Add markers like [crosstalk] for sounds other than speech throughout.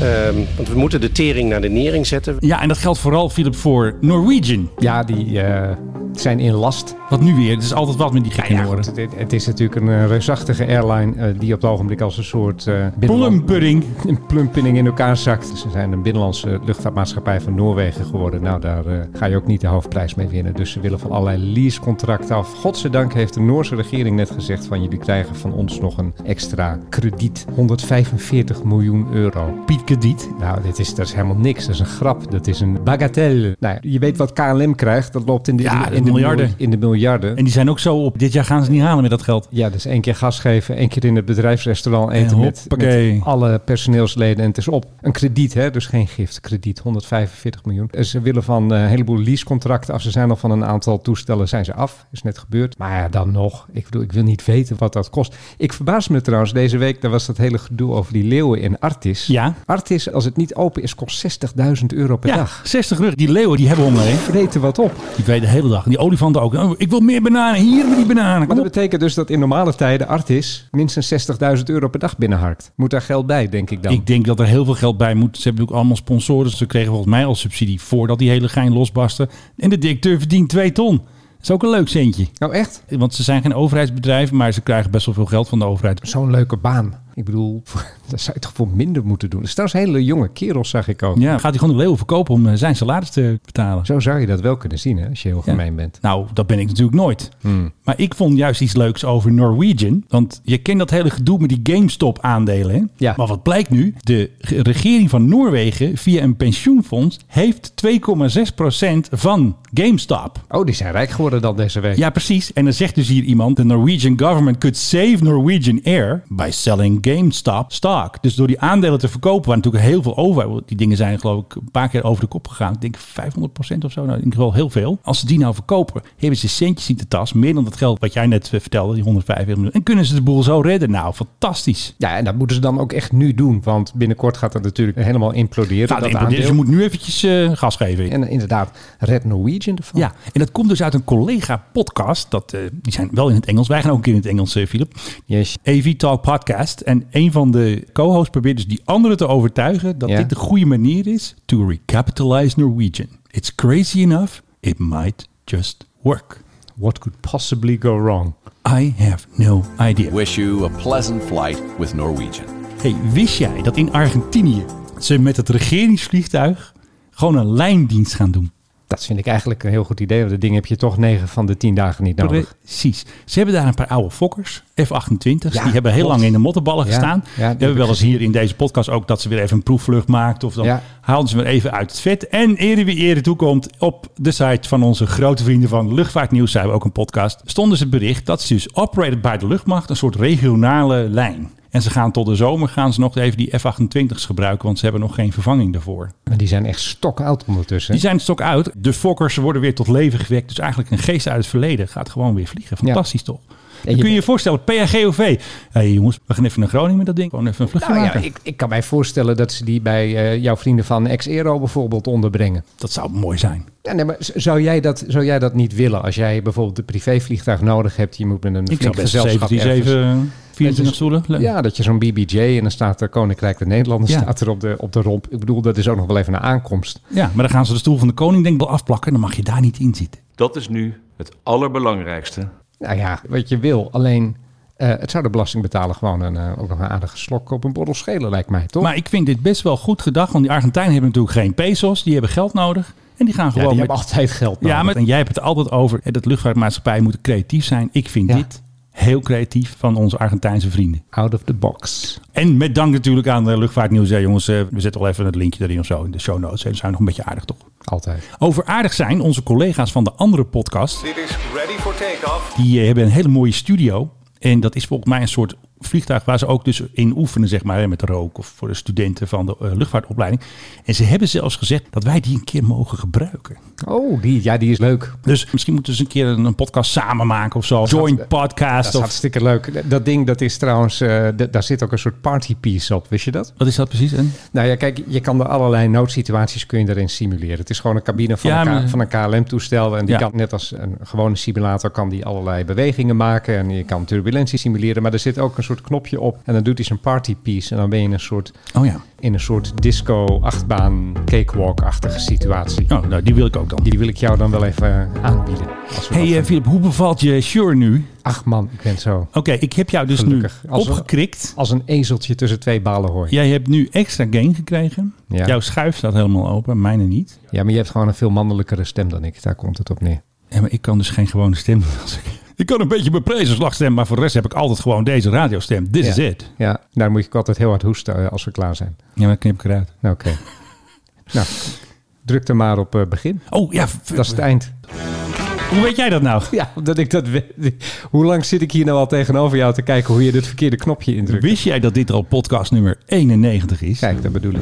Ehm, want we moeten de tering naar de nering zetten. Ja, en dat geldt vooral, Philip, voor Norwegian. Ja, die eh, zijn in last. Wat nu weer, het is altijd wat met die gekke Ja, woorden. goed, het, het is natuurlijk een eh, reusachtige airline eh, die op het ogenblik als een soort eh, binnenland- Plumpudding. een plumpinning in elkaar zakt. Ze zijn een binnenlandse luchtvaartmaatschappij van Noorwegen geworden. Nou, daar eh, ga je ook niet de hoofdprijs mee winnen. Dus ze willen van allerlei leasecontracten af. Godzijdank heeft de Noorse regering net gezegd van jullie krijgen van ons nog een extra krediet. 145 miljoen euro. Piet Krediet. Nou, dit is, dat is helemaal niks. Dat is een grap. Dat is een bagatelle. Nou, ja, je weet wat KLM krijgt. Dat loopt in de, Ja, in, in de de miljarden. mil- In de miljarden. En die zijn ook zo op, dit jaar gaan ze niet halen met dat geld. Ja, dus één keer gas geven, één keer in het bedrijfsrestaurant eten En met, hoppakee. met alle personeelsleden. En het is op. Een krediet, hè? dus geen gift. Krediet, 145 miljoen. En Ze willen van eh, een heleboel leasecontracten af. Ze zijn al van een aantal toestellen zijn ze af. Is net gebeurd. Maar ja, dan nog. Ik bedoel, ik wil niet weten wat dat kost. Ik verbaas me trouwens, deze week, daar was dat hele gedoe over die leeuwen in Artis. Ja. Artis, als het niet open is, kost 60.000 euro per Ja, dag. 60 rug. Die leeuwen, die hebben honger, hè. Vreten wat op. Die weet de hele dag. En die olifanten ook. Oh, ik wil meer bananen. Hier hebben die bananen. Maar Kom dat op. betekent dus dat in normale tijden Artis minstens 60.000 euro per dag binnenharkt. Moet daar geld bij, denk ik dan. Ik denk dat er heel veel geld bij moet. Ze hebben ook allemaal sponsoren. Ze kregen volgens mij al subsidie voordat die hele gein losbarstte. En de directeur verdient 2 ton. Dat is ook een leuk centje. Nou echt? Want ze zijn geen overheidsbedrijf, maar ze krijgen best wel veel geld van de overheid. Zo'n leuke baan. Ik bedoel, [laughs] dat zou je toch voor minder moeten doen. Dus Dat is trouwens hele jonge kerels, zag ik ook. Ja, gaat hij gewoon de leeuw verkopen om eh, zijn salaris te betalen. Zo zou je dat wel kunnen zien, hè, als je heel gemeen bent. Nou, dat ben ik natuurlijk nooit. Maar ik vond juist iets leuks over Norwegian. Want je kent dat hele gedoe met die GameStop-aandelen. hè? Ja. Maar wat blijkt nu? De g- regering van Noorwegen via een pensioenfonds heeft 2,6% van GameStop. Oh, die zijn rijk geworden dan deze week. Ja, precies. En dan zegt dus hier iemand: The Norwegian government could save Norwegian Air by selling GameStop stock. Dus door die aandelen te verkopen, waar natuurlijk heel veel over. Die dingen zijn, geloof ik, een paar keer over de kop gegaan. Ik denk 500% of zo. Nou, in ieder geval heel veel. Als ze die nou verkopen, hebben ze centjes in de tas. Meer dan dat geld wat jij net eh, vertelde, die 145 miljoen. En kunnen ze de boel zo redden? Nou, fantastisch. Ja, en dat moeten ze dan ook echt nu doen. Want binnenkort gaat dat natuurlijk helemaal imploderen. Nou, dat de- dus aandeel. je moet nu eventjes eh, gas geven. En inderdaad, Red Norwegian ervan. Ja, en dat komt dus uit een collega-podcast. Dat, eh, die zijn wel in het Engels. Wij gaan ook een keer in het Engels, eh, Philip. Yes. AV Talk Podcast. En een van de co-hosts probeert dus die anderen te overtuigen dat Ja. dit de goede manier is. To recapitalize Norwegian. It's crazy enough. It might just work. What could possibly go wrong? I have no idea. Wish you a pleasant flight with Norwegian. Hey, wist jij dat in Argentinië ze met het regeringsvliegtuig gewoon een lijndienst gaan doen? Dat vind ik eigenlijk een heel goed idee. Want dat ding heb je toch 9 van de 10 dagen niet nodig. Precies. Ze hebben daar een paar oude fokkers, F-28's. Ja, die hebben heel klopt. lang in de mottenballen Ja, gestaan. ja, we die hebben heb wel ik eens hier in deze podcast ook dat ze weer even een proefvlucht maakt. Of dan Ja. halen ze weer even uit het vet. En eerder wie eerder toekomt, op de site van onze grote vrienden van Luchtvaartnieuws, zij hebben ook een podcast, stond dus het bericht dat ze dus operated bij de luchtmacht, een soort regionale lijn. En ze gaan tot de zomer gaan ze nog even die F-28's gebruiken, want ze hebben nog geen vervanging daarvoor. Maar die zijn echt stokoud ondertussen. Die zijn het stok uit. De fokkers worden weer tot leven gewekt. Dus eigenlijk een geest uit het verleden gaat gewoon weer vliegen. Fantastisch toch? Dan je kun je je voorstellen, PHGOV. Hé hey jongens, we gaan even naar Groningen met dat ding. Gewoon even een vluchtje Nou ja, maken. ik, ik kan mij voorstellen dat ze die bij eh, jouw vrienden van Ex-Aero bijvoorbeeld onderbrengen. Dat zou mooi zijn. Ja, nee, maar z- zou jij, dat, zou jij dat niet willen als jij bijvoorbeeld een privévliegtuig nodig hebt? Je moet met een Ik zou flink best gezelschap 17, ergens- 7, 24 Dus- stoelen. Leuk. Ja, dat je zo'n BBJ en dan staat de Koninkrijk de Nederlanden Ja. staat er op de, op de romp. Ik bedoel, dat is ook nog wel even een aankomst. ja, maar dan gaan ze de stoel van de koning denk ik wel afplakken. Dan mag je daar niet in zitten. Dat is nu het allerbelangrijkste. Nou ja, wat je wil. Alleen, eh, het zou de belastingbetaler gewoon een, eh, ook nog een aardige slok op een borrel schelen, lijkt mij, toch? Maar ik vind dit best wel goed gedacht. Want die Argentijnen hebben natuurlijk geen pesos. Die hebben geld nodig. En die gaan ja, gewoon die met hebben altijd geld nodig. Ja, maar en jij hebt het altijd over hè, dat luchtvaartmaatschappijen moeten creatief zijn. Ik vind Ja. dit heel creatief van onze Argentijnse vrienden. Out of the box. En met dank natuurlijk aan de luchtvaartnieuws. Hè, jongens, eh, we zetten wel even het linkje erin of zo in de show notes. Hè. Dat zijn nog een beetje aardig toch? Altijd. Over aardig zijn, onze collega's van de andere podcast, It is ready for takeoff. die eh, hebben een hele mooie studio. En dat is volgens mij een soort vliegtuig waar ze ook dus in oefenen, zeg maar, hè, met rook of voor de studenten van de eh, luchtvaartopleiding. En ze hebben zelfs gezegd dat wij die een keer mogen gebruiken. Oh, die, ja, die is leuk. Dus misschien moeten ze een keer een, een podcast samen maken of zo. Joint Dat podcast. is Of, hartstikke leuk. Dat ding, dat is trouwens, eh, d- daar zit ook een soort partypiece op, wist je dat? wat is dat precies? En? Nou ja, kijk, je kan er allerlei noodsituaties kun je daarin simuleren. Het is gewoon een cabine van, Ja, een, maar- K- van een KLM-toestel en die Ja. kan net als een gewone simulator kan die allerlei bewegingen maken en je kan turbulentie simuleren, maar er zit ook een soort knopje op en dan doet hij zijn party piece. En dan ben je in een soort, Oh ja. in een soort disco-achtbaan, cakewalk-achtige situatie. Oh, nou, die wil ik ook dan. Die wil ik jou dan wel even aanbieden. Als we Hey dat eh, gaan- Filip, hoe bevalt je Sure nu? Ach man, ik ben zo. Oké, ik heb jou dus Gelukkig. nu Als we- opgekrikt. Als een ezeltje tussen twee balen hooi. Jij hebt nu extra gain gekregen. Ja. Jouw schuif staat helemaal open, mijne niet. Ja, maar je hebt gewoon een veel mannelijkere stem dan ik. Daar komt het op neer. Ja, maar ik kan dus geen gewone stem doen. Als ik... ik kan een beetje mijn prezenslagstem, maar voor de rest heb ik altijd gewoon deze radiostem. This Ja. is it. Ja, daar moet ik altijd heel hard hoesten eh, als we klaar zijn. Ja, maar dat knip ik eruit. Nou, Oké. [laughs] nou, druk er maar op eh, begin. Oh ja, v- Dat is het eind. hoe weet jij dat nou? Ja, omdat ik dat weet. Hoe lang zit ik hier nou al tegenover jou te kijken hoe je dit verkeerde knopje indrukt? Wist jij dat dit al podcast nummer 91 is? Kijk, dat bedoel ik.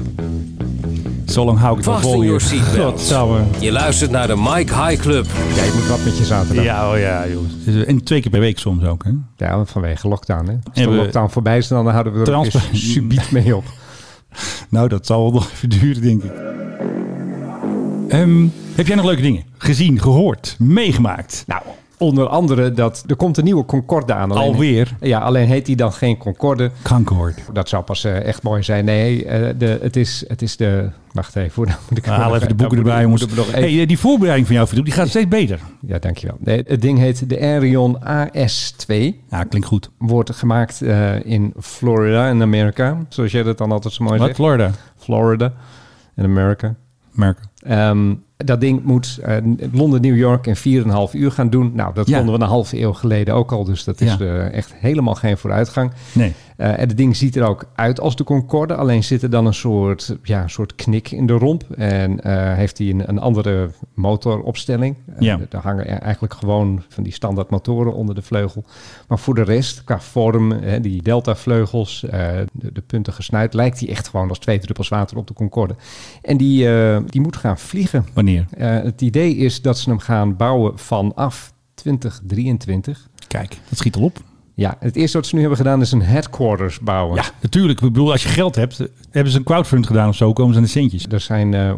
Zo lang hou ik het wel Vast in vol hier. your seatbelt. Godsamme. Je luistert naar de Mike High Club. Ja, je moet wat met je zaterdag. Ja, Ja, oh ja, joh. En twee keer per week soms ook, hè? vanwege lockdown. Hè. Als de En we- lockdown voorbij is, dan houden we er ook Transfer- eens subiet mee op. Nou, dat zal wel [laughs] nog even duren, denk ik. Ehm, heb jij nog leuke dingen gezien, gehoord, meegemaakt? Nou, onder andere dat er komt een nieuwe Concorde aan. Nou, Alleen- Alweer? Ja, alleen heet die dan geen Concorde. Concord. Dat zou pas eh, echt mooi zijn. Nee, eh, de, het, is, het is de... Wacht even, hoe moet ik... We halen Nou, even de boeken Nou, erbij, jongens. Moet ik nog even- Hey, eh, die voorbereiding van jou, Filip, die gaat steeds beter. Ja, dankjewel. Nee, het ding heet de Aerion AS2. Ja, klinkt goed. Wordt gemaakt eh, in Florida, in Amerika. Zoals jij dat dan altijd zo mooi Wat? zegt. Florida. Florida, in Amerika. Merken. Ehm, dat ding moet eh, Londen, New York in 4,5 uur gaan doen. Nou, dat Ja. konden we een halve eeuw geleden ook al. Dus dat is Ja. eh, echt helemaal geen vooruitgang. Nee. Eh, en het ding ziet er ook uit als de Concorde. Alleen zit er dan een soort, ja, een soort knik in de romp. En eh, heeft hij een, een andere motoropstelling. Eh, Ja. daar hangen er eigenlijk gewoon van die standaard motoren onder de vleugel. Maar voor de rest, qua vorm, hè, die delta-vleugels, eh, de, de puntige snuit... lijkt hij echt gewoon als twee druppels water op de Concorde. En die, eh, die moet gaan vliegen. Wanneer? Eh, het idee is dat ze hem gaan bouwen vanaf 2023. Kijk, dat schiet al op. Ja, het eerste wat ze nu hebben gedaan is een headquarters bouwen. Ja, natuurlijk. Ik bedoel, als je geld hebt, eh, hebben ze een crowdfund gedaan of zo, komen ze aan de centjes. Er zijn eh,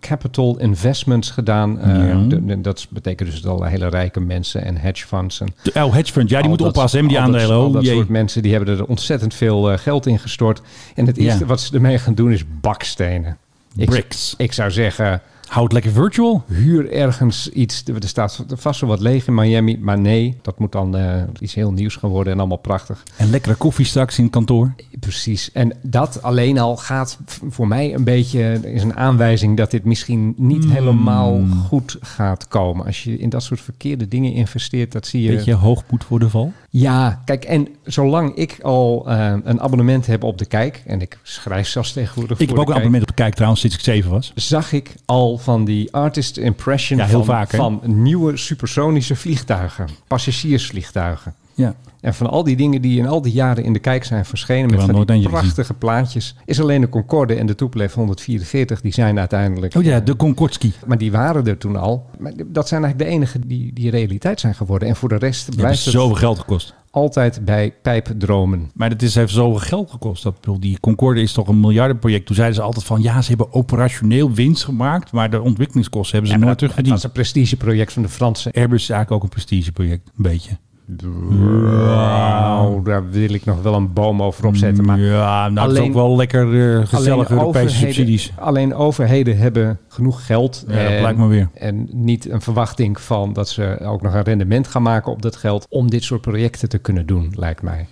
capital investments gedaan. Eh, de- de- dat betekent dus dat al hele rijke mensen en hedge funds. En De- Oh, hedge fund. Ja, die al moet dat- oppassen, hè, met die al dat- aandelen. al Oh, dat jee. soort mensen die hebben er ontzettend veel eh, geld in gestort. En het Ja. eerste wat ze ermee gaan doen is bakstenen. Ik- Bricks. Ik zou zeggen, Houd lekker virtual. huur ergens iets. Er staat vast wel wat leeg in Miami. Maar nee, dat moet dan eh, iets heel nieuws gaan worden en allemaal prachtig. En lekkere koffie straks in het kantoor. Precies. En dat alleen al gaat v- voor mij een beetje is een aanwijzing dat dit misschien niet Hmm. helemaal goed gaat komen. Als je in dat soort verkeerde dingen investeert, dat zie je. Beetje hoogmoed voor de val. Ja, kijk, en zolang ik al eh, een abonnement heb op de kijk, en ik schrijf zelfs tegenwoordig. Ik heb voor ook de een Kijk, abonnement op de kijk trouwens, sinds ik zeven was. Zag ik al van die artist impression Ja, heel van, vaak, hè? van nieuwe supersonische vliegtuigen, passagiersvliegtuigen. Ja. En van al die dingen die in al die jaren in de kijk zijn verschenen heb met er van nooit die eentje gezien. prachtige plaatjes, is alleen de Concorde en de Tupolev 144 die zijn uiteindelijk. Oh ja, de Concordski. Maar die waren er toen al. Maar dat zijn eigenlijk de enige die, die realiteit zijn geworden. En voor de rest Dat heeft blijft het zoveel geld gekost. altijd bij pijpdromen. Maar dat is, heeft zoveel geld gekost. Dat, ik bedoel, die Concorde is toch een miljardenproject. Toen zeiden ze altijd van ja, ze hebben operationeel winst gemaakt. Maar de ontwikkelingskosten hebben ze nooit Dat terugverdiend. is een prestigeproject van de Fransen. Airbus is eigenlijk ook een prestigeproject. Een beetje. Ah. Nou, daar wil ik nog wel een boom over opzetten. Maar ja, nou het is alleen- ook wel lekker eh gezellige Europese subsidies. Alleen overheden hebben genoeg geld. Ja, dat blijkt maar weer. En niet een verwachting van dat ze ook nog een rendement gaan maken op dat geld. Om dit soort projecten te kunnen doen, lijkt mij.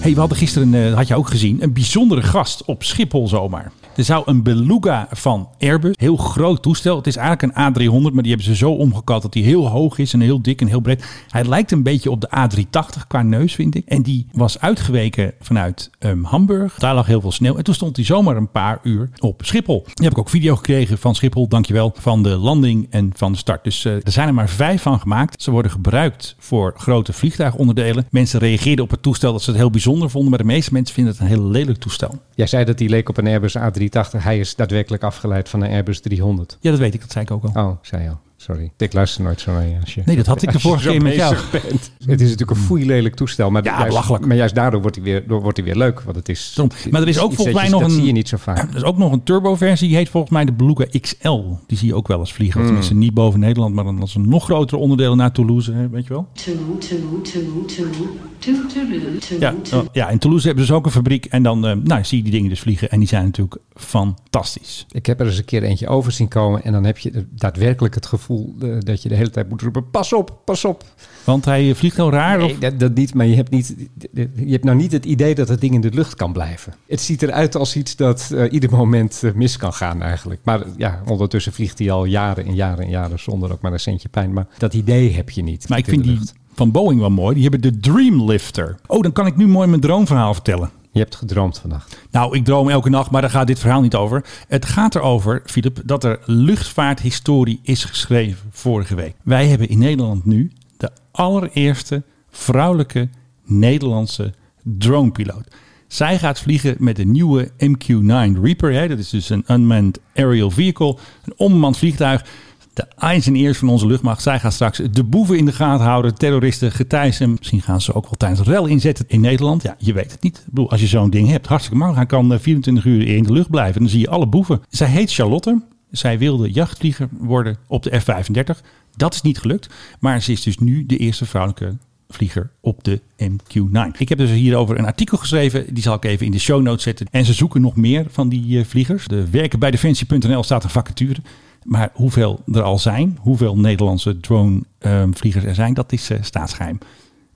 Hey, we hadden gisteren, eh, had je ook gezien, een bijzondere gast op Schiphol zomaar. Er zou een Beluga van Airbus, heel groot toestel. Het is eigenlijk een A300, maar die hebben ze zo omgekat dat hij heel hoog is en heel dik en heel breed. Hij lijkt een beetje op de A380 qua neus, vind ik. En die was uitgeweken vanuit ehm, Hamburg. Daar lag heel veel sneeuw. En toen stond hij zomaar een paar uur op Schiphol. Die heb ik ook video gekregen van Schiphol, dankjewel, van de landing en van de start. Dus eh, er zijn er maar vijf van gemaakt. Ze worden gebruikt voor grote vliegtuigonderdelen. Mensen reageerden op het toestel dat ze het heel bijzonder vonden, maar de meeste mensen vinden het een heel lelijk toestel. Jij zei dat die leek op een Airbus A380. Hij is daadwerkelijk afgeleid van een Airbus 300. Ja, dat weet ik, dat zei ik ook al. Oh, zei je al. Sorry, ik luister nooit zo naar je als je... Nee, dat had ik de als je vorige zo keer met jou. bezig bent. Het is natuurlijk een foeilelijk toestel, maar, Ja, juist, belachelijk. maar juist daardoor wordt hij weer, door- wordt hij weer leuk, want het is... Daarom. Maar er is iets ook volgens dat mij je- nog Dat een- zie je niet zo vaak. Er is ook nog een turboversie, die heet volgens mij de Beluga XL. Die zie je ook wel eens Hmm. vliegen. Tenminste, niet boven Nederland, maar dan als een nog grotere onderdeel naar Toulouse, hè, weet je wel. Toodle, toodle, toodle, toodle, toodle, toodle, Ja, toodle, eh, ja, in Toulouse hebben ze dus ook een fabriek. En dan eh, nou, zie je die dingen dus vliegen. En die zijn natuurlijk fantastisch. Ik heb er eens een keer eentje over zien komen en dan heb je daadwerkelijk het gevoel eh, dat je de hele tijd moet roepen, pas op, pas op. Want hij eh, vliegt heel raar. Nee, of, dat, dat niet, maar je hebt, niet, je hebt nou niet het idee dat het ding in de lucht kan blijven. Het ziet eruit als iets dat eh, ieder moment eh, mis kan gaan eigenlijk. Maar eh, ja, ondertussen vliegt hij al jaren en jaren en jaren zonder ook maar een centje pijn. Maar dat idee heb je niet. maar ik in de vind die lucht. van Boeing wel mooi. Die hebben de Dreamlifter. Oh, dan kan ik nu mooi mijn droomverhaal vertellen. Je hebt gedroomd vannacht. Nou, ik droom elke nacht, maar daar gaat dit verhaal niet over. Het gaat erover, Filip, dat er luchtvaarthistorie is geschreven vorige week. Wij hebben in Nederland nu de allereerste vrouwelijke Nederlandse dronepiloot. Zij gaat vliegen met de nieuwe MQ-9 Reaper. Hè? Dat is dus een unmanned aerial vehicle, een onbemand vliegtuig. De eyes en ears van onze luchtmacht. Zij gaan straks de boeven in de gaten houden. Terroristen getijzen. Misschien gaan ze ook wel tijdens rel inzetten in Nederland. Ja, je weet het niet. Ik bedoel, als je zo'n ding hebt, hartstikke makkelijk. Hij kan eh, 24 uur in de lucht blijven. En dan zie je alle boeven. Zij heet Charlotte. Zij wilde jachtvlieger worden op de F-35. Dat is niet gelukt. Maar ze is dus nu de eerste vrouwelijke vlieger op de MQ-9. Ik heb dus hierover een artikel geschreven. Die zal ik even in de show notes zetten. En ze zoeken nog meer van die eh, vliegers. De werken bij defensie.nl staat een vacature. Maar hoeveel er al zijn, hoeveel Nederlandse dronevliegers er zijn, dat is eh, staatsgeheim.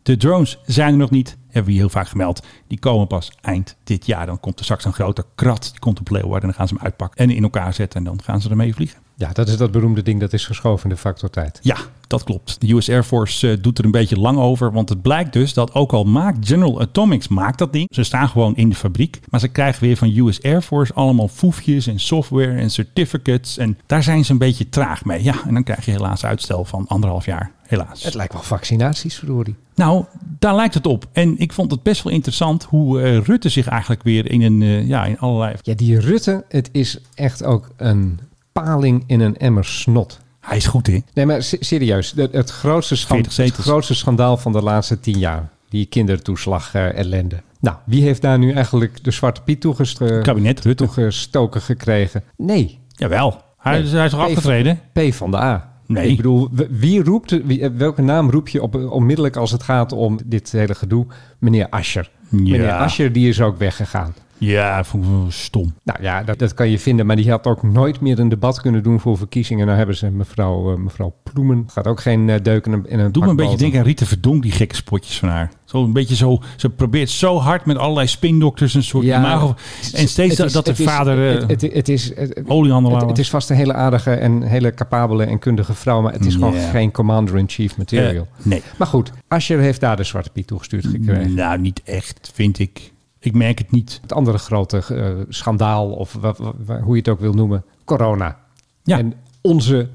De drones zijn er nog niet, hebben we hier heel vaak gemeld. Die komen pas eind dit jaar. Dan komt er straks een grote krat, die komt op Leeuwarden en dan gaan ze hem uitpakken en in elkaar zetten en dan gaan ze ermee vliegen. Ja, dat is dat beroemde ding dat is geschoven in de factor tijd. Ja, dat klopt. De US Air Force eh, doet er een beetje lang over. Want het blijkt dus dat ook al maakt General Atomics maakt dat ding. Ze staan gewoon in de fabriek. Maar ze krijgen weer van US Air Force allemaal foefjes en software en certificates. En daar zijn ze een beetje traag mee. Ja, en dan krijg je helaas uitstel van anderhalf jaar. Helaas. Het lijkt wel vaccinaties, verdorie. Nou, daar lijkt het op. En ik vond het best wel interessant hoe eh, Rutte zich eigenlijk weer in, een, eh, ja, in allerlei... Ja, die Rutte, het is echt ook een paling in een emmer snot. Hij is goed, hè? Nee, maar se- serieus. Het, het 40 grootste schandaal, het zetels. grootste schandaal van de laatste tien jaar. Die kindertoeslag eh, ellende. Nou, wie heeft daar nu eigenlijk de Zwarte Piet toegestro- Kabinet Rutte. toegestoken gekregen? Nee. Jawel. Hij, Nee. is- hij is toch Nee. afgetreden? P van de A. Nee. Ik bedoel, w- wie roept, wie- eh, welke naam roep je op, eh, onmiddellijk als het gaat om dit hele gedoe? Meneer Ascher. Meneer Ascher, die is ook weggegaan. Ja, vond ik wel stom. Nou ja, dat, dat kan je vinden. Maar die had ook nooit meer een debat kunnen doen voor verkiezingen. Nou hebben ze mevrouw, eh, mevrouw Ploemen. Gaat ook geen eh, deuk in een, in een Doe me een pak beetje boter. denken aan Rita Verdonk, die gekke spotjes van haar. Zo een beetje zo, ze probeert zo hard met allerlei spindokters een soort Ja. imago. En steeds Het dat, is- dat de het is- vader... eh, het, het, het is, het, het- Oliehandelaar het- het was. is vast een hele aardige en hele capabele en kundige vrouw, maar het is gewoon Ja. geen commander-in-chief material. Eh, nee. Maar goed, Asher heeft daar de zwarte piet toegestuurd gekregen. nou, niet echt, vind ik. Ik merk het niet. Het andere grote eh, schandaal, of wa- wa- wa- hoe je het ook wil noemen, corona. Ja. En onze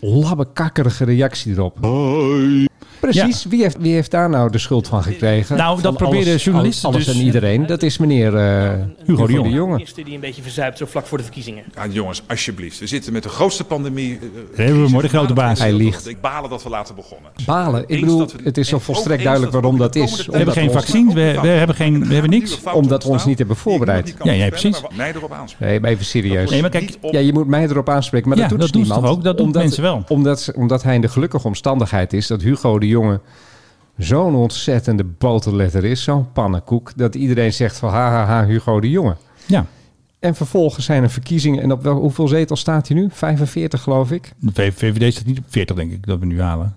labbekakkerige reactie erop. Precies, wie, heeft, wie heeft daar nou de schuld van gekregen? Nou, dat Van proberen alles- journalisten Alles dus- en iedereen, dat is meneer eh, Hugo, de Jonge. de Jonge. eerste die een beetje verzuipt zo vlak voor de verkiezingen. Ja, jongens, alsjeblieft. We zitten met de grootste pandemie. eh, we hem, hoor, de grote baas. Hij liegt. Ik balen dat we laten begonnen. Balen. Ik Eens bedoel, dat we- het is zo en ook volstrekt eens duidelijk dat waarom dat de is. We komende We tijd- hebben geen Omdat vaccins, we, we hebben, geen, we hebben niks. Fouten Omdat we ons niet hebben ontstaan die voorbereid. niemand die kan Ja, ja, voorspellen, precies. waar we- Mij erop aanspreken. Nee, maar even serieus. Nee, maar kijk, Niet op- Ja, je moet mij erop aanspreken, maar Ja, dat doet dat dus doen ze niemand. toch ook? Dat doen omdat, mensen wel. Omdat, ze- omdat hij in de gelukkige omstandigheid is dat Hugo de Jonge zo'n ontzettende boterletter is, zo'n pannenkoek, dat iedereen zegt van ha ha ha Hugo de Jonge. Ja, En vervolgens zijn er verkiezingen en op wel, hoeveel zetels staat hij nu? 45 geloof ik. de V- VVD staat niet op 40, denk ik, dat we nu halen.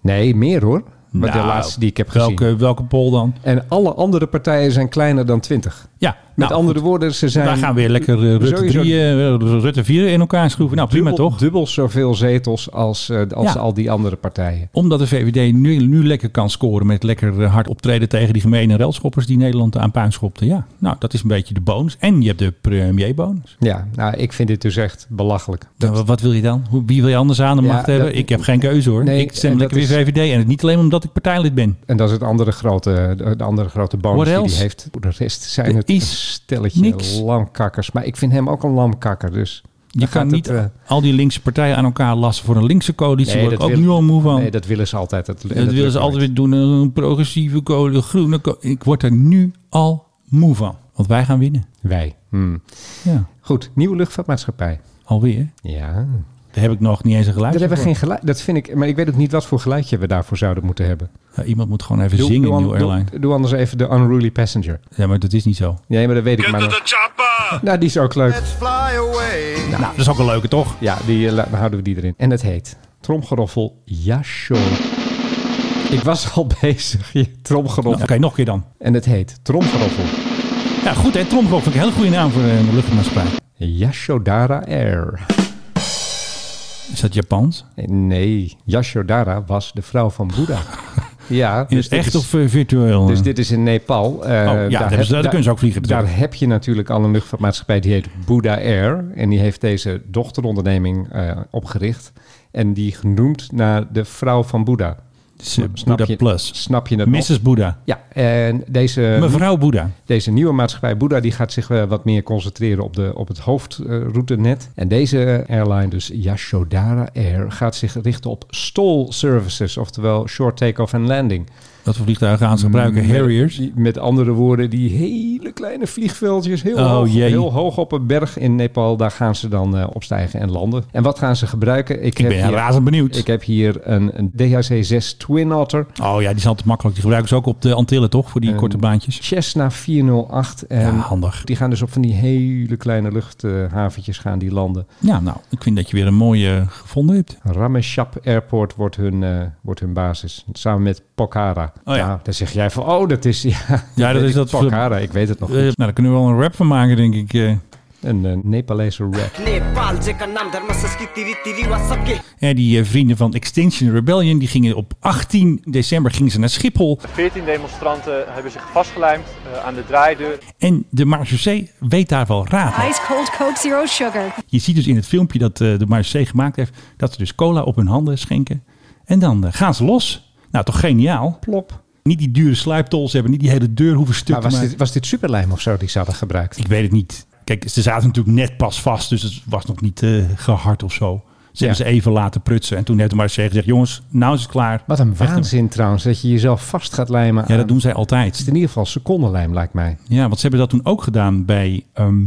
Nee, meer hoor. Maar de Nou, laatste die ik heb gezien. welke, Welke poll dan? En alle andere partijen zijn kleiner dan 20. Ja, Met nou, andere goed. woorden, ze zijn... Daar gaan we weer lekker eh, Rutte, sowieso 3, eh, Rutte 4 in elkaar schroeven. Nou, prima dubbel, toch? dubbel zoveel zetels als, eh, als Ja. al die andere partijen. Omdat de VVD nu, nu lekker kan scoren met lekker eh, hard optreden tegen die gemene relschoppers die Nederland aan puin schopten. Ja, nou dat is een beetje de bonus. En je hebt de premierbonus. Ja, nou, ik vind dit dus echt belachelijk. Nou, wa- wat wil je dan? Hoe- Wie wil je anders aan de Ja, macht hebben? dat- ik heb geen keuze hoor. Nee, ik stem en lekker dat weer VVD. En niet alleen omdat ik partijlid ben. En dat is het andere grote, de andere grote bonus What die else? hij heeft. Voor de rest zijn Er het is een stelletje niks. lamkakkers. Maar ik vind hem ook een lamkakker. Dus Je kan gaat niet het, eh, al die linkse partijen aan elkaar lassen voor een linkse coalitie. Nee, word ik dat ook wil- nu al moe van. Nee, dat willen ze altijd. Dat, en dat willen lukt ze altijd nooit. weer doen. Een progressieve coalitie, een groene coalitie. Ik word er nu al moe van. Want wij gaan winnen. Wij. Hmm. Ja, Goed, nieuwe luchtvaartmaatschappij. alweer. Ja, Daar heb ik nog niet eens een geluid daar hebben we voor. geen geluid. Dat vind ik, maar ik weet ook niet wat voor geluidje we daarvoor zouden moeten hebben. Ja, iemand moet gewoon even zingen in an- New Airline. doe- doe anders even de Unruly Passenger. Ja, maar dat is niet zo. Nee, maar dat weet ik maar. nog. Nou, die is ook leuk. Nou, dat is ook een leuke, toch? Ja, die eh, la- dan houden we die erin. En het heet Tromgeroffel Jasho. Ik was [laughs] al bezig, je Nou, tromgeroffel. Oké, nog een keer dan. En het heet Tromgeroffel Ja, goed hè. Trommelvlog vind ik een hele goede naam voor eh, de luchtmaatschappij. Yashodara Air. Is dat Japans? Nee, Yashodara was de vrouw van Boeddha. [laughs] Ja, In dus het dit echt is- of eh, virtueel? Dus dit is in Nepal. Eh, Oh, daar hebben heb- ze- daar kunnen ze ook vliegen Daar natuurlijk. heb je natuurlijk al een luchtvaartmaatschappij die heet Buddha Air. En die heeft deze dochteronderneming eh, opgericht. En die genoemd naar de vrouw van Boeddha. is eh, Snap Boeddha je- oh. Plus. Snap je dat nog? Mrs. Boeddha. Ja, en deze, Mevrouw Boeddha. deze nieuwe maatschappij Boeddha die gaat zich eh, wat meer concentreren op, de, op het hoofdroutenet. En deze airline, dus Yashodara Air, gaat zich richten op stall services, oftewel short take-off en landing. Dat voor vliegtuigen aan ze Hm. gebruiken. Harriers. Die- Mm, met andere woorden, die hele kleine vliegveldjes, heel, Oh, hoog, jee. heel hoog op een berg in Nepal, daar gaan ze dan eh, opstijgen en landen. En wat gaan ze gebruiken? Ik ben razend benieuwd. Ik heb hier een, een DHC-6 Twin Otter, Oh ja, die zijn te makkelijk. Die gebruiken ze ook op de Antillen, toch? Voor die Ehm, korte baantjes. Cessna 408. En Ja, handig. Die gaan dus op van die hele kleine luchthaventjes gaan die landen. Ja, nou, ik vind dat je weer een mooie eh, gevonden hebt. Rameshap Airport wordt hun, eh, wordt hun basis, samen met Pokhara. Oh ja. Nou, dan zeg jij van, oh, dat is... [laughs] Ja, Ja, dat is dat... Eh, Pokhara, ik weet het nog nou, niet. daar kunnen we wel een rap van maken, denk ik. eh. Een eh, Nepalese rap. Ja, die eh, vrienden van Extinction Rebellion, die gingen op 18 december gingen ze naar Schiphol. 14 demonstranten hebben zich vastgelijmd eh, aan de draaideur. En de marechaussee weet daar wel raad mee. Ice cold Coke Zero Sugar. Je ziet dus in het filmpje dat eh, de marechaussee gemaakt heeft, dat ze dus cola op hun handen schenken. En dan eh, gaan ze los. Nou, toch geniaal. Plop. Niet die dure sluiptols hebben, niet die hele deur hoeven stuk Maar te was maken. dit, was dit superlijm of zo die ze hadden gebruikt? Ik weet het niet. Kijk, ze zaten natuurlijk net pas vast, dus het was nog niet eh, gehard of zo. Ze Ja. hebben ze even laten prutsen. En toen heeft de marechaussee gezegd, jongens, nou is het klaar. Wat een Echt een- waanzin trouwens, dat je jezelf vast gaat lijmen. Ja, aan- dat doen zij Het altijd. is in ieder geval secondenlijm, lijkt mij. Ja, want ze hebben dat toen ook gedaan bij ehm,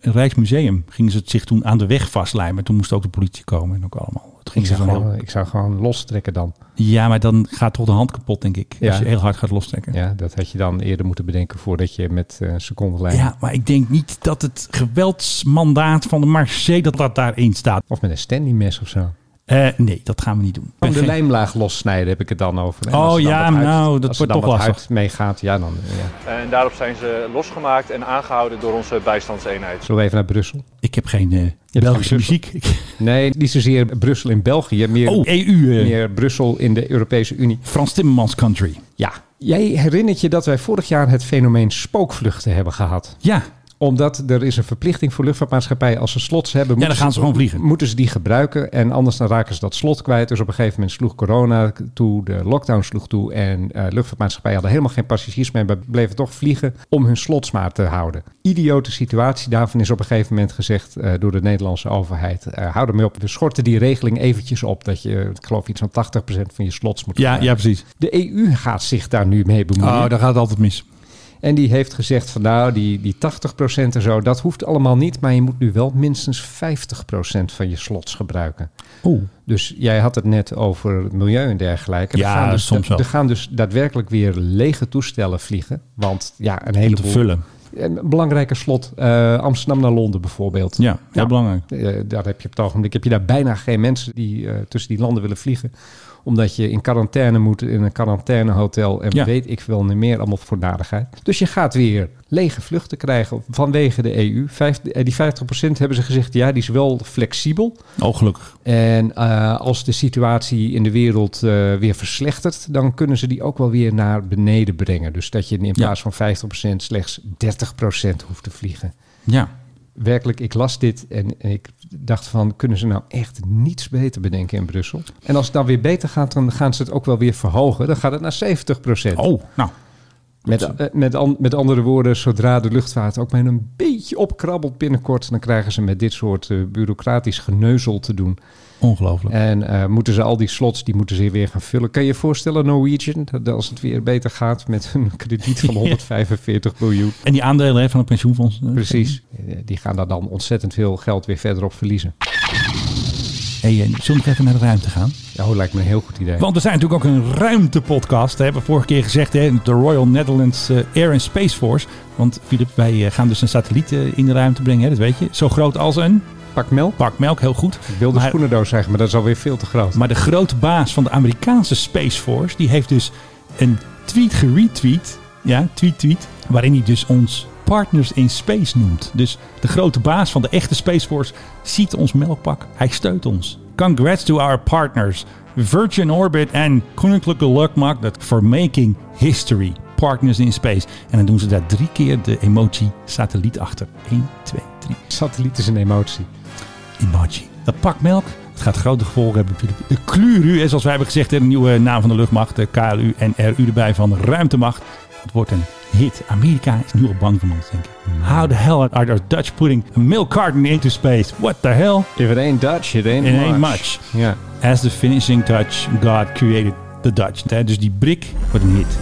het Rijksmuseum. Gingen ze het zich toen aan de weg vastlijmen. Toen moest ook de politie komen en ook allemaal. Het ging Ik ze zou, zo heel- gewoon, ik zou gewoon lostrekken dan. Ja, maar dan gaat toch de hand kapot, denk ik. Ja. Als je heel hard gaat lostrekken. Ja. Ja, dat had je dan eerder moeten bedenken voordat je met eh secondenlijm... maar ik denk niet dat het geweldsmandaat van de marché dat dat daarin staat. Of met een Stanley mes of zo. Eh, nee, dat gaan we niet doen. Ik ben Van geen- de lijmlaag lossnijden heb ik het dan over. En Oh als er dan ja, wat huid- nou, dat als er wordt dan toch wat lastig. huid meegaat, ja dan. eh, Ja. En daarop zijn ze losgemaakt en aangehouden door onze bijstandseenheid. Zullen we even naar Brussel? Ik heb geen eh, geen Belgische Brussel. muziek. Ik- Nee, niet zozeer Brussel in België. Meer, Oh, EU. eh, meer Brussel in de Europese Unie. Frans Timmermans Country. Ja, jij herinnert je dat wij vorig jaar het fenomeen spookvluchten hebben gehad. Ja, Omdat er is een verplichting voor luchtvaartmaatschappijen als ze slots hebben. ja dan moeten gaan ze gewoon vliegen. Moeten ze die gebruiken en anders dan raken ze dat slot kwijt. Dus op een gegeven moment sloeg corona toe, de lockdown sloeg toe en eh luchtvaartmaatschappijen hadden helemaal geen passagiers meer, maar bleven toch vliegen om hun slots maar te houden. Idiote situatie daarvan is op een gegeven moment gezegd eh, door de Nederlandse overheid. eh, hou ermee op, we schorten die regeling eventjes op dat je, ik geloof iets van 80% van je slots moet Ja, gebruiken. ja, precies. De EU gaat zich daar nu mee bemoeien. Oh, daar gaat het altijd mis. En die heeft gezegd van nou, die, die 80% en zo, dat hoeft allemaal niet. Maar je moet nu wel minstens 50% van je slots gebruiken. Oeh. Dus jij had het net over het milieu en dergelijke. Ja, dus, soms wel. Er gaan dus daadwerkelijk weer lege toestellen vliegen. Want ja, een heleboel... Te vullen. Een belangrijke slot, eh, Amsterdam naar Londen bijvoorbeeld. Ja, heel belangrijk. Eh, daar heb je op het ogenblik heb je daar bijna geen mensen die eh, tussen die landen willen vliegen. Omdat je in quarantaine moet in een quarantainehotel en Ja. weet ik veel niet meer, allemaal voor nadigheid. Dus je gaat weer lege vluchten krijgen vanwege de EU. Vijf, eh, die 50% hebben ze gezegd, ja, die is wel flexibel. Oh, gelukkig. En eh, als de situatie in de wereld eh, weer verslechtert, dan kunnen ze die ook wel weer naar beneden brengen. Dus dat je in plaats van 50% slechts 30% hoeft te vliegen Ja. werkelijk, ik las dit en ik dacht van, kunnen ze nou echt niets beter bedenken in Brussel? En als het dan weer beter gaat, dan gaan ze het ook wel weer verhogen. Dan gaat het naar 70 Oh, nou. Met, eh, met, an- met andere woorden, zodra de luchtvaart ook maar een beetje opkrabbelt binnenkort, dan krijgen ze met dit soort eh, bureaucratisch geneuzel te doen. Ongelooflijk. En eh, moeten ze al die slots, die moeten ze weer gaan vullen. Kan je je voorstellen, Norwegian, dat als het weer beter gaat met een [laughs] krediet van 145 miljoen? En die aandelen hè, van het pensioenfonds. eh, Precies. Eh, Die gaan daar dan ontzettend veel geld weer verder op verliezen. Hey, eh, zullen we nog even naar de ruimte gaan? Ja, oh, lijkt me een heel goed idee. Want we zijn natuurlijk ook een ruimtepodcast. We hebben we vorige keer gezegd, hè, de Royal Netherlands eh, Air and Space Force. Want Filip, wij eh, gaan dus een satelliet eh, in de ruimte brengen, hè, dat weet je. Zo groot als een Pak melk. pak melk, heel goed. Ik wilde Maar- schoenendoos zeggen, maar dat is alweer veel te groot. Maar de grote baas van de Amerikaanse Space Force, die heeft dus een tweet geretweet. Ja, tweet, tweet. Waarin hij dus ons partners in space noemt. Dus de grote baas van de echte Space Force ziet ons melkpak. Hij steunt ons. Congrats to our partners. Virgin Orbit en Koninklijke Luchtmacht dat for making history. Partners in space. En dan doen ze daar drie keer de emoji satelliet achter. 1, 2, 3. Satelliet is een emotie. Emoji. Dat pak melk. Het gaat grote gevolgen hebben. Filip. De kluru, hè, zoals wij hebben gezegd, hè, de nieuwe naam van de luchtmacht. De KLU en RU erbij van ruimtemacht. Het wordt een hit. Amerika is nu al bang van ons, denk ik. How the hell are those Dutch putting a milk carton into space? What the hell? If it ain't Dutch, it ain't It much. ain't much. Ja. As the finishing touch, God created the Dutch. Hè, Dus die brik wordt een hit.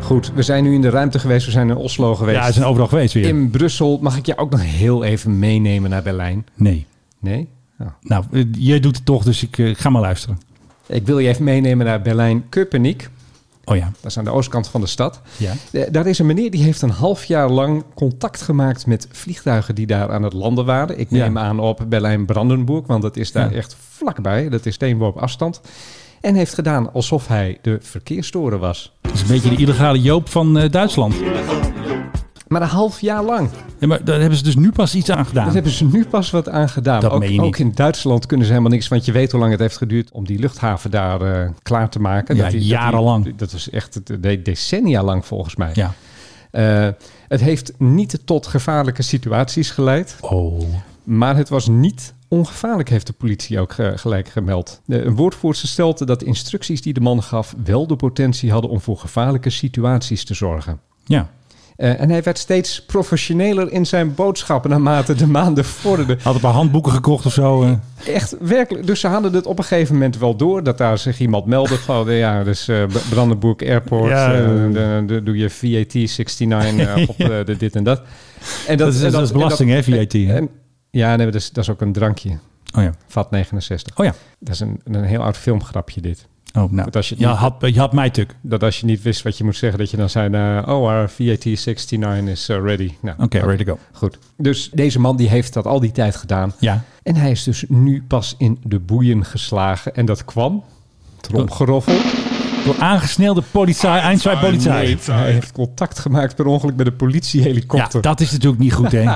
Goed, we zijn nu in de ruimte geweest. We zijn in Oslo geweest. Ja, ze zijn overal geweest weer. In Brussel. Mag ik je ook nog heel even meenemen naar Berlijn? Nee. Nee? Oh. Nou, eh, jij doet het toch, dus ik eh, ga maar luisteren. Ik wil je even meenemen naar Berlijn Köpenick. Oh ja. Dat is aan de oostkant van de stad. Ja. Eh, Daar is een meneer die heeft een half jaar lang contact gemaakt met vliegtuigen die daar aan het landen waren. Ik Ja. neem aan op Berlijn-Brandenburg, want dat is daar Ja. echt vlakbij. Dat is steenworp afstand. En heeft gedaan alsof hij de verkeerstoren was. Dat is een beetje de illegale Joop van eh, Duitsland. Maar een half jaar lang. Ja, maar daar hebben ze dus nu pas iets aan Daar gedaan. hebben ze nu pas wat aan gedaan. Dat ook, meen je niet. ook in Duitsland kunnen ze helemaal niks. Want je weet hoe lang het heeft geduurd om die luchthaven daar eh, klaar te maken. Ja, Dat die- dat jarenlang. die- Dat is echt het- de- decennia lang volgens mij. Ja. Eh, het heeft niet tot gevaarlijke situaties geleid. Oh. Maar het was niet ongevaarlijk, heeft de politie ook eh, gelijk gemeld. De, een woordvoerster stelde dat de instructies die de man gaf... wel de potentie hadden om voor gevaarlijke situaties te zorgen. Ja. Eh, en hij werd steeds professioneler in zijn boodschappen naarmate de maanden vorderden. Had een paar handboeken gekocht of zo. eh. Echt werkelijk. Dus ze hadden het op een gegeven moment wel door dat daar zich iemand meldde. Van [laughs] eh, ja, dus eh, B- Brandenburg Airport. Ja. eh, de- de- doe je VAT 69 [laughs] eh, op eh, de dit en dat. En Dat is- en dat is en belasting, hè, VAT, hè? en- ja, nee, maar dat, is, dat is ook een drankje. Oh ja. VAT 69. Oh ja. Dat is een, een heel oud filmgrapje dit. Oh, nou. Goed, als je het je, niet- had, je had mij tuk. Oké, Dat als je niet wist wat je moest zeggen, dat je dan zei... eh, oh, our VAT 69 is eh, ready. Nou, ready to go. Goed. Dus deze man die heeft dat al die tijd gedaan. Ja. En hij is dus nu pas in de boeien geslagen. En dat kwam, tromgeroffel. Door aangesnelde politie, eindstrijdpolitie. Hij heeft contact gemaakt per ongeluk met een Ja, politiehelikopter. dat is natuurlijk niet goed, [laughs] hè?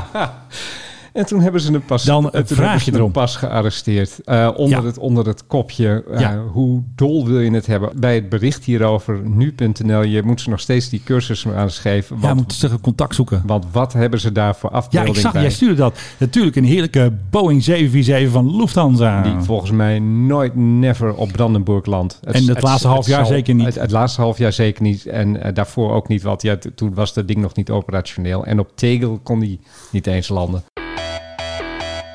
En toen hebben ze hem pas, Dan, en eh, toen vraag hebben ze je hem erom. pas gearresteerd. Eh, onder, Ja. het, onder het kopje, eh, Ja. hoe dol wil je het hebben? Bij het bericht hierover, nu.nl, je moet ze nog steeds die cursus aanschrijven. Ja, Want, moet toch een contact zoeken. want wat hebben ze daar voor Ja, afbeelding ik zag, bij? jij stuurde dat. Natuurlijk een heerlijke Boeing 747 van Lufthansa. Die volgens mij nooit, never op Brandenburg landt. Het- En het laatste half jaar zeker niet. Het, het laatste half jaar zeker niet. En eh, daarvoor ook niet. Want ja, t- toen was dat ding nog niet operationeel. En op Tegel kon die niet eens landen.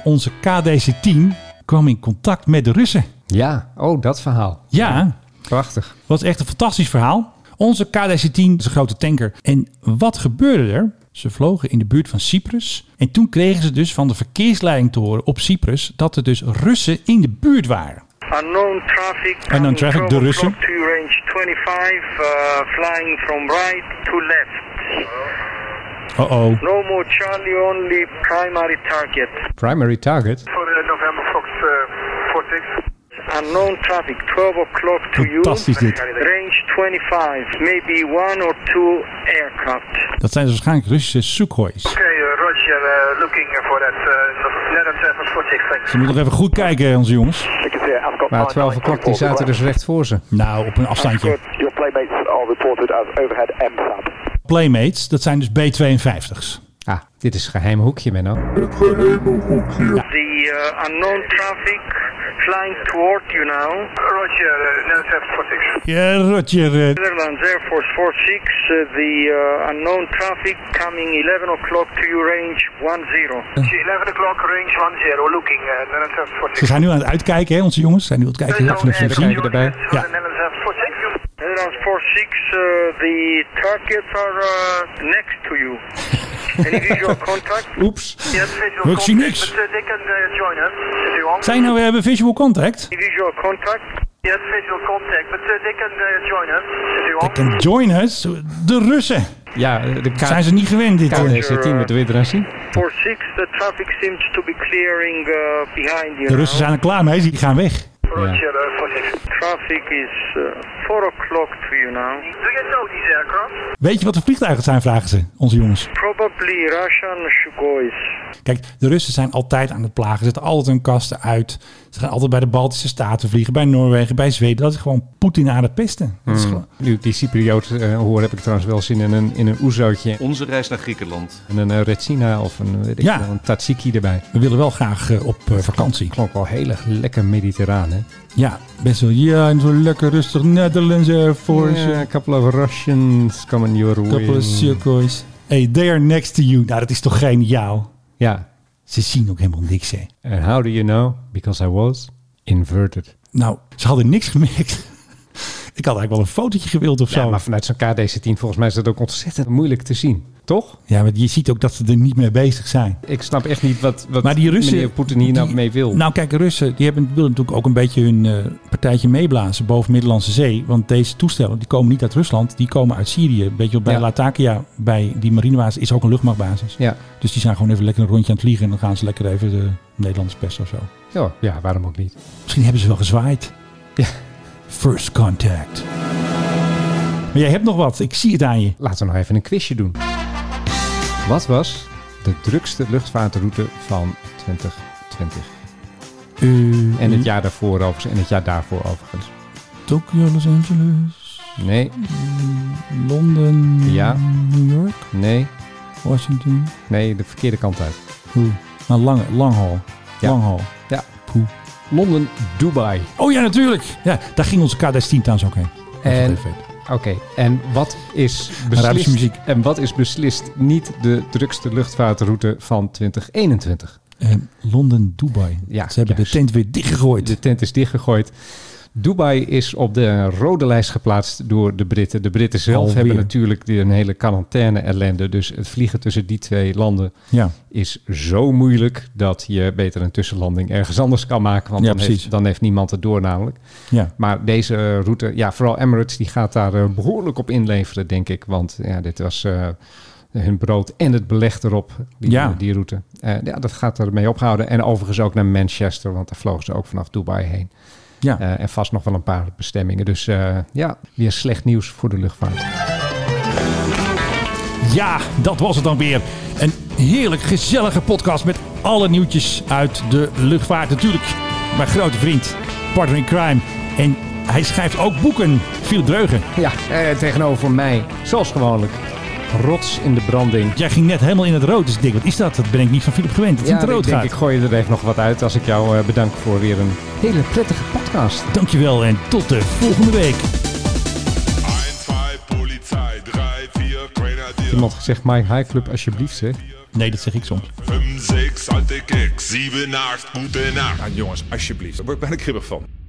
Onze KDC-10 kwam in contact met de Russen. Ja, oh, dat verhaal. Ja, Prachtig. was echt een fantastisch verhaal. Onze KDC-10 is een grote tanker. En wat gebeurde er? Ze vlogen in de buurt van Cyprus. En toen kregen ze dus van de verkeersleiding te horen op Cyprus... dat er dus Russen in de buurt waren. Unknown traffic. Unknown traffic, de Russen. To range 25, uh, flying from right to left. Oh-oh. No more Charlie, only primary target. Primary target. For uh, November Fox uh, 46. Unknown traffic, 12 o'clock to you. Fantastisch dit. Range 25, maybe one or two aircraft. Dat zijn dus waarschijnlijk Russische Sukhois. Okay, uh, Roger, uh, looking for that uh, Netherlands 46, Ze moeten nog even goed kijken, onze jongens. Maar 12 o'clock, die zaten dus recht voor ze. Nou, op een afstandje. Your playmates are reported as overhead MSAP. Playmates, dat zijn dus B-52's. Ah, dit is geheim hoekje, Menno. The uh, unknown traffic, flying toward you now. Roger, uh, 4746. Ja, Roger. eh, Netherlands Air Force 46, uh, the uh, unknown traffic coming 11 o'clock to you range 10. 11 eh, o'clock range 10, looking uh, Netherlands Air Force Ze zijn nu aan het uitkijken, hè, onze jongens. Zijn nu aan het kijken of ze nog Even kijken erbij. Ja. uh, Netherlands 46, uh, the targets are uh, next to you. Any [laughs] visual contact? Oeps. Yes, visual Ik zie niks. But, uh, they can uh, join us if you want. Zijn nou, we hebben visual contact. Any visual contact? Yes, visual contact, but uh, they can uh, join us if you They want. can join us. De Russen. Ja, eh, de Zijn ze niet gewend dit? eh. KNC-10, wat wil je eraan zien? 46, the traffic seems to be clearing uh, behind you De Russen now. zijn er klaar mee. Die gaan weg. Roger, uh, 46. Traffic is uh, 4 o'clock to you now. Do you know these aircraft? Weet je wat de vliegtuigen zijn, vragen ze, onze jongens. Probably Russian Shugois. Kijk, de Russen zijn altijd aan het plagen. Ze zetten altijd hun kasten uit. Ze gaan altijd bij de Baltische Staten vliegen, bij Noorwegen, bij Zweden. Dat is gewoon Poetin aan het pesten. Dat is gewoon... Nu ik die Cypriot eh, hoor, heb ik trouwens wel zin in een, in een oezootje. Onze reis naar Griekenland. En een eh, Retsina of een, weet ik Ja. wel, een Tatsiki erbij. We willen wel graag eh, op eh, vakantie. Klonk wel heel erg lekker mediterraan, hè? Ja, best wel. Ja, en zo lekker rustig Netherlands eh, Air Force. Ja, eh, a couple of Russians coming your way. Couple of circo's. Hey, they are next to you. Nou, dat is toch geniaal? Ja. Ze zien ook helemaal niks, hè? And how do you know? Because I was inverted. Nou, ze hadden niks gemerkt. [laughs] Ik had eigenlijk wel een fotootje gewild of Ja, zo. maar vanuit zo'n KDC-10 volgens mij is dat ook ontzettend moeilijk te zien. Toch? Ja, maar je ziet ook dat ze er niet mee bezig zijn. Ik snap echt niet wat, wat Maar die Russen... meneer Poetin hier nou die- mee wil. Nou kijk, Russen die hebben, willen natuurlijk ook een beetje hun eh, partijtje meeblazen boven Middellandse Zee. Want deze toestellen die komen niet uit Rusland, die komen uit Syrië. Weet je, wel, bij Ja. Latakia, bij die marinebasis, is ook een luchtmachtbasis. Ja. Dus die zijn gewoon even lekker een rondje aan het vliegen en dan gaan ze lekker even de Nederlanders pesten of zo. ja. Ja, waarom ook niet? Misschien hebben ze wel gezwaaid. Ja. First contact. Maar jij hebt nog wat, ik zie het aan je. Laten we nog even een quizje doen. Wat was de drukste luchtvaartroute van 2020? Eh, En Hmm? het jaar daarvoor overigens. En het jaar daarvoor overigens. Tokio, Los Angeles, Nee, Londen, Ja. New York, nee, Washington. nee. De verkeerde kant uit. Oeh. Hmm. Maar lang, lang haul. Ja. Lang haul. Ja. Poeh. Londen, Dubai. Oh ja, natuurlijk. Ja, daar ging onze KDS-10 trouwens ook heen. En, Dat is wel vet. oké, en wat is beslist, Arabische muziek. En wat is beslist niet de drukste luchtvaartroute van 2021? Eh, Londen, Dubai. Ja, Ze hebben juist. de tent weer dichtgegooid. De tent is dichtgegooid. Dubai is op de rode lijst geplaatst door de Britten. De Britten zelf Alweer. hebben natuurlijk die- een hele quarantaine ellende. Dus het vliegen tussen die twee landen Ja. is zo moeilijk dat je beter een tussenlanding ergens anders kan maken. Want Ja, dan, precies. heeft, dan heeft niemand het door namelijk. ja. Maar deze eh, route, ja, vooral Emirates, die gaat daar eh, behoorlijk op inleveren, denk ik. Want ja, dit was eh, hun brood en het beleg erop, die, Ja. die route. Eh, ja, dat gaat ermee ophouden. En overigens ook naar Manchester, want daar vlogen ze ook vanaf Dubai heen. Ja. Eh, en vast nog wel een paar bestemmingen. Dus eh, ja, weer slecht nieuws voor de luchtvaart. ja, dat was het dan weer. Een heerlijk gezellige podcast met alle nieuwtjes uit de luchtvaart. Natuurlijk mijn grote vriend, partner in crime. En hij schrijft ook boeken, Philip Dreugen. Ja, eh, tegenover mij, zoals gewoonlijk, rots in de branding. Jij ging net helemaal in het rood. Dus ik denk, wat is dat? Dat ben ik niet van Philip gewend. Dat het in het ik rood denk, gaat. ik gooi er even nog wat uit als ik jou eh, bedank voor weer een hele prettige podcast. Dankjewel en tot de volgende week. 1, 2, Polizei, 3, 4, Grenadier, Iemand gezegd, my high club alsjeblieft zeg. Nee, dat zeg ik soms. 5, 6, alte Keks, 7, 8, gute Nacht. Nou jongens, alsjeblieft. Daar word ik bijna kribbig van.